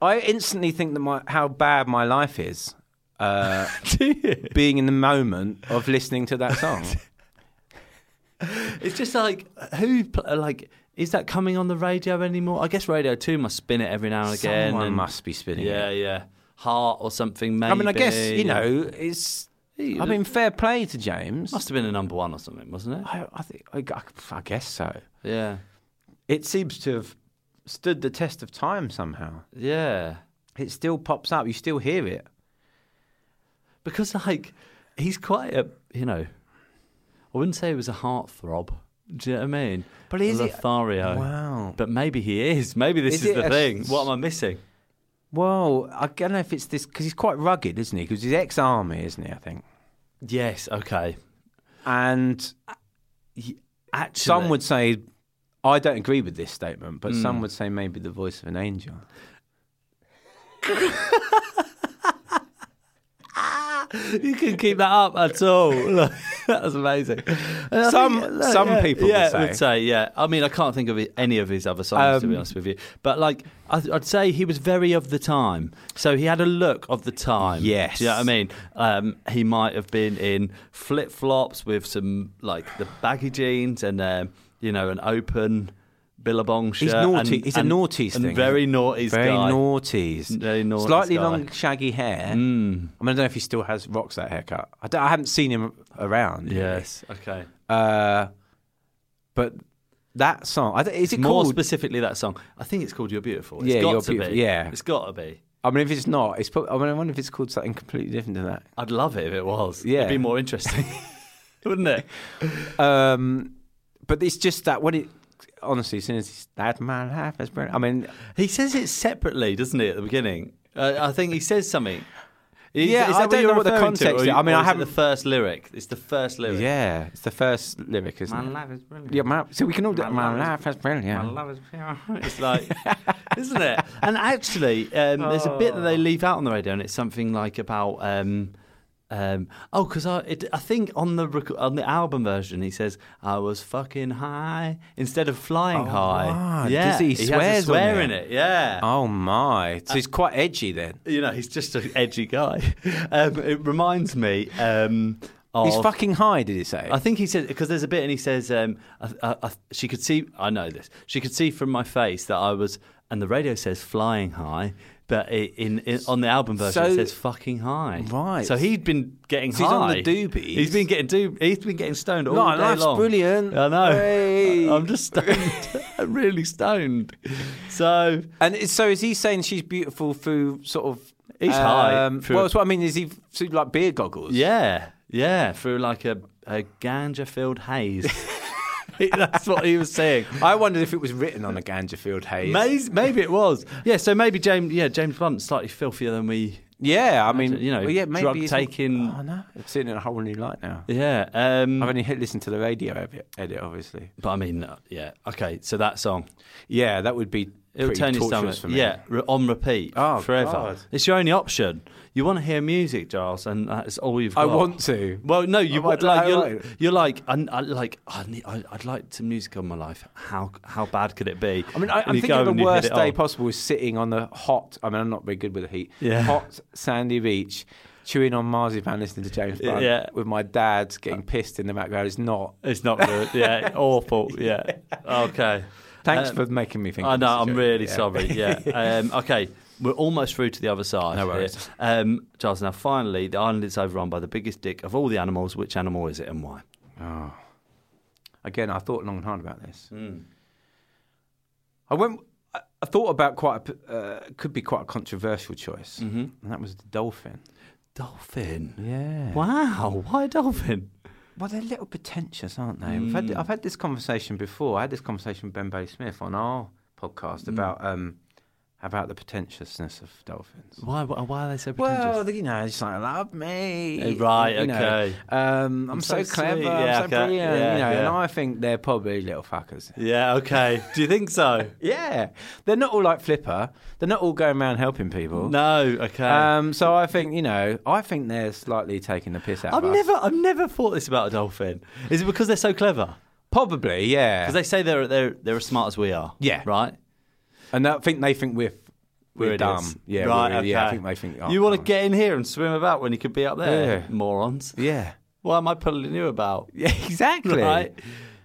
I instantly think that my how bad my life is uh,
then do you?
being in the moment of listening to that song.
it's just like who pl- like is that coming on the radio anymore? I guess Radio Two must spin it every now and again.
Someone
and-
must be spinning
Yeah,
it.
yeah. Heart or something. Maybe.
I mean, I guess you know it's. I mean, fair play to James.
must have been a number one or something, wasn't it?
I, I think I, I guess so.
Yeah,
It seems to have stood the test of time somehow.
yeah.
It still pops up. You still hear it.
Because like he's quite a you know, I wouldn't say he was a heartthrob. Do you know what I mean?
But is it-
Lothario.
Wow.
But maybe he is. Maybe this
Is
is,
it
the
a-
thing. What am I missing?
Well, I don't know if it's this because he's quite rugged, isn't he? Because he's ex-army, isn't he? I think.
Yes. Okay.
And
Actually,
some would say, I don't agree with this statement, but
Hmm.
some would say maybe the voice of an angel.
you can keep that up at all. Look, that was amazing. And I
Some-
look,
some
yeah,
people would
yeah,
say.
yeah. I mean, I can't think of any of his other songs to be
Um,
honest with you. But like, I, I'd say he was very of the time. So he had a look of the time.
Yes.
Do you know what I mean? Um, he might have been in flip flops with some like the baggy jeans and um, you know an open. Billabong shirt.
He's naughty.
and-
he's a
and-
naughty
and
thing.
Very naughty
Very
guy.
naughties.
Very naughties
Slightly
guy. Hmm.
long, shaggy hair. I mean, I don't know if he still has rocks that haircut. I, don't- I haven't seen him around.
Yes. Okay.
Uh, but that song, I don't, is it
More
called?
specifically, that song. I think it's called "You're Beautiful." It's
Yeah,
got
You're
to
Beautiful,
be.
yeah.
it's got to be.
I mean, if it's not, it's. Probably, I mean, I wonder if it's called something completely different to that.
I'd love it if it was.
Yeah.
it'd be more interesting, wouldn't it?
Um, but it's just that when it honestly, as soon as it's that my life has been, I mean,
He says it separately, doesn't he? At the beginning, uh, I think he says something. Is-
Yeah,
is that
I don't
you're
know what the
referring to,
context
or
is. I mean,
or
I
is it
haven't-
the first lyric. It's the first lyric.
yeah, it's the first lyric, isn't it?
is brilliant.
Yeah, my, so we can all do
My
my, my
life is-
life has been, yeah.
is It's like, isn't it? And actually, um, there's a bit that
Oh.
they leave out on the radio, and it's something like about. Um, um, oh, because I, it, I think on the rec- on the album version he says I was fucking high instead of flying high.
Oh, wow.
Yeah,
Does he
has
swears
a
on
swear
there?
in it. Yeah,
Oh my! So he's quite edgy then.
you know he's just an edgy guy. Um, it reminds me um, of
He's fucking high, did he say?
I think he said because there's a bit and he says um, I, I, I, she could see. I know this. She could see from my face that I was, and the radio says flying high, but it, in, in on the album version it
So-
says fucking high.
Right.
So he'd been getting
So he's on
high.
the doobies.
He's been getting doob. He's been getting stoned all
No,
day
life's
long.
brilliant.
I know.
Hey.
I'm just stoned. I'm really stoned. So
and is- so is he saying she's beautiful through sort of? um,
He's high through-
Well, that's what I mean. Is he through like beer goggles?
yeah, yeah, through like a, a ganja-filled haze. That's what he was saying.
I wondered if it was written on a ganja field haze.
Maybe, maybe it was. Yeah, so maybe James, yeah, James Blunt's slightly filthier than we.
Yeah, I mean,
you know,
well, yeah, maybe
drug
he's-
taking-
Oh no, I've seen it in a whole new light now.
Yeah, um,
I've only hit, listened to the radio edit, edit, obviously.
but I mean, uh, yeah. Okay, so that song
Yeah, that would be
it'll
pretty
turn your stomach.
torturous for me.
Yeah, re- on repeat
Oh,
forever.
God.
It's your only option. You want to hear music, Giles, and that's all you've
I
got.
want to.
Well, no, you
I
want
want-
like
I
you're,
like it.
you're like I, I like I need, I, I'd like some music on my life. How how bad could it be?
I mean, I,
And
I'm
you
thinking
go
of
and
the
you hit
worst
it
day
off.
possible is sitting on the hot. I mean, I'm not very good with the heat.
Yeah.
Hot sandy beach, chewing on marzipan, listening to James Blunt
yeah. Uh,
with my dad getting pissed in the background. It's not.
It's not good. Yeah, awful. Yeah. Okay.
Thanks
Um,
for making me think.
I
of
know.
this
I'm
joke.
really
Yeah.
sorry. Yeah. Um, okay. We're almost through to the other side.
No
here.
worries.
Um, Charles, now finally, the island is overrun by the biggest dick of all the animals. Which animal is it and why?
Oh. Again, I thought long and hard about this.
Hmm.
I went. I I thought about quite. A, uh, could be quite a controversial choice,
Mm-hmm.
and that was the dolphin.
Dolphin.
Yeah.
Wow. Why a dolphin?
Well, they're a little pretentious, aren't they? I've, had, I've had this conversation before. I had this conversation with Ben Bailey Smith on our podcast about um, about the pretentiousness of dolphins.
Why, why why are they so pretentious?
Well, you know, it's like love me,
Eh, right,
you know,
okay.
Um, Oh, I'm,
so
so, clever,
sweet,
I'm
yeah,
so
okay,
brilliant,
yeah,
you know. And
yeah.
I think they're probably little fuckers.
yeah. Okay. Do you think so?
Yeah, they're not all like Flipper. They're not all going around helping people.
no. Okay.
Um, so I think you know, I think they're slightly taking the piss out
I've
of us.
never, I've never thought this about a dolphin. Is it because they're so clever?
probably, yeah.
Because they say they're they're they're as smart as we are.
Yeah.
Right.
And I think they think we're we're, dumb.
idiots.
Yeah,
right.
we're- yeah. I
okay.
think they think oh,
you want to
come on.
get in here and swim about when you could be up there,
Yeah.
morons.
yeah,
Why am I pulling you about?
yeah, exactly.
Right?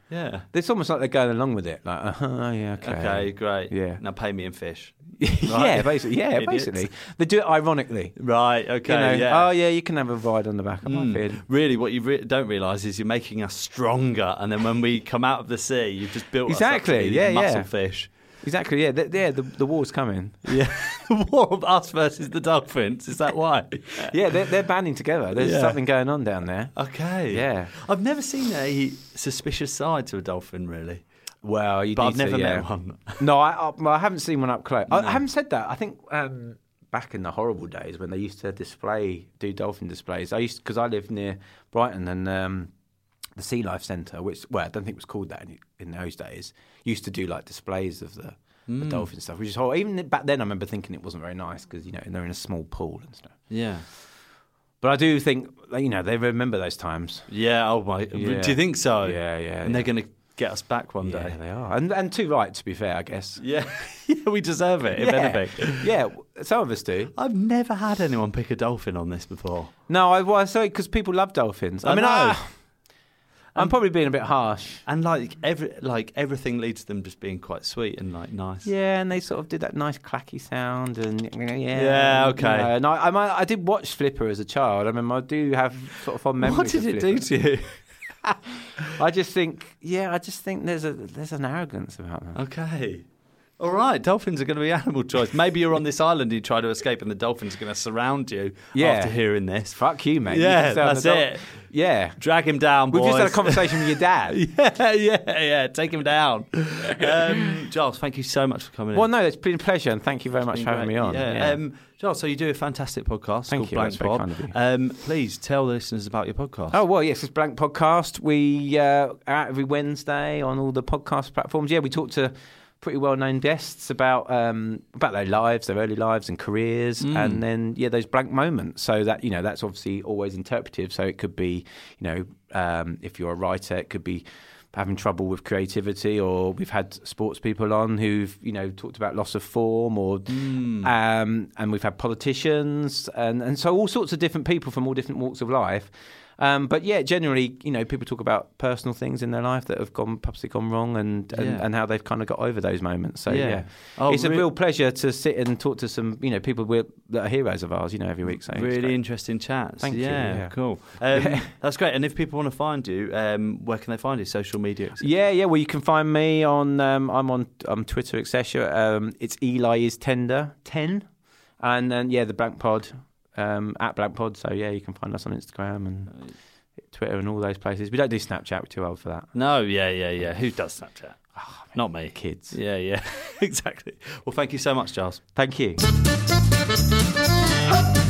Yeah.
It's almost like they're going along with it. Like, uh huh, yeah, okay,
Okay, great.
Yeah.
Now pay me in fish.
yeah,
Right.
basically, yeah,
Idiots.
basically, they do it ironically.
Right. Okay.
You know,
yeah. Hmm.
oh yeah, you can have a ride on the back of my beard.
Really, what you re- don't realise is you're making us stronger, and then when we come out of the sea, you've just built
Exactly,
Us up to be
yeah,
muscle
yeah.
fish.
Exactly, yeah, the, yeah. The, the war's coming.
Yeah. the war of us versus the dolphins. Is that why?
Yeah, they're, they're banding together. There's
Yeah.
something going on down there.
Okay.
Yeah.
I've never seen a suspicious side to a dolphin, really.
Well, you
But
need
I've never
to, yeah.
met one.
No, I, I, well, I haven't seen one up close. I, I haven't said that. I think um, back in the horrible days when they used to display, do dolphin displays, I used because I lived near Brighton and um, the Sea Life Centre, which well, I don't think it was called that in, in those days, used to do like displays of the,
Hmm.
the dolphin stuff, which is horrible. Even back then, I remember thinking it wasn't very nice because you know they're in a small pool and stuff.
Yeah.
But I do think you know they remember those times.
Yeah. Oh my.
Yeah.
Do you think so?
Yeah, yeah,
And they're going to get us back one
Yeah,
day.
they are, and and too right to be fair, I guess.
Yeah. yeah. We deserve it, if anything.
yeah, some of us do.
I've never had anyone pick a dolphin on this before.
No, I, well, I say because people love dolphins. I,
I
mean,
know.
I, I'm probably being a bit harsh.
And like every like everything leads to them just being quite sweet and like nice.
Yeah, and they sort of did that nice clacky sound, and yeah,
Yeah, okay.
No, and I, I, might- I did watch Flipper as a child. I mean, I do have sort of fond memories.
What did
of
it do
Flipper.
to you?
I just think, yeah, I just think there's a there's an arrogance about them.
Okay. All right, dolphins are going to be animal choice. Maybe you're on this island, you try to escape, and the dolphins are going to surround you
Yeah.
after hearing this.
Fuck you, mate. You
Yeah,
just sound
that's
adult.
it.
Yeah,
Drag him down,
we've
boys.
just had a conversation with your dad.
yeah, yeah, yeah. Take him down. Um, Giles, thank you so much for coming
Well,
in.
no, it's been a pleasure, and thank you very much
It's
for
been
having
great.
me on.
Yeah.
Yeah.
Um, Giles, so you do a fantastic podcast
Thank
called
you,
Blank
that's very
Pod.
kind of you.
Um, please tell the listeners about your podcast.
Oh well, yes, it's Blank Podcast. We uh, are out every Wednesday on all the podcast platforms. Yeah, we talk to pretty well-known guests about um, about their lives, their early lives and careers, and then yeah, those blank moments. So that you know, that's obviously always interpretive. So it could be you know, um, if you're a writer, it could be having trouble with creativity or we've had sports people on who've you know talked about loss of form or
Hmm. Mm.
um, and we've had politicians and, and so all sorts of different people from all different walks of life um, but yeah generally you know people talk about personal things in their life that have gone possibly gone wrong and and,
Yeah.
and how they've kind of got over those moments so
Yeah.
yeah,
Oh,
it's
re-
a real pleasure to sit and talk to some you know people we're, that are heroes of ours you know every week so it's
Really
great.
interesting chats.
Thank you,
yeah,
yeah.
cool. Um, That's great. And if people want to find you, um, where can they find you? Social media. et cetera?
Yeah, yeah. Well, you can find me on. Um, I'm on. um Twitter, etc. Um, it's Eli is tender ten, and then yeah, the Blank Pod um, at Blank Pod. So yeah, you can find us on Instagram and Twitter and all those places. We don't do Snapchat. We're too old for that.
No, yeah, yeah, yeah. Who does Snapchat? Not me.
Ah, Kids.
Yeah, yeah, exactly. Well, thank you so much, Giles.
Thank you.
Up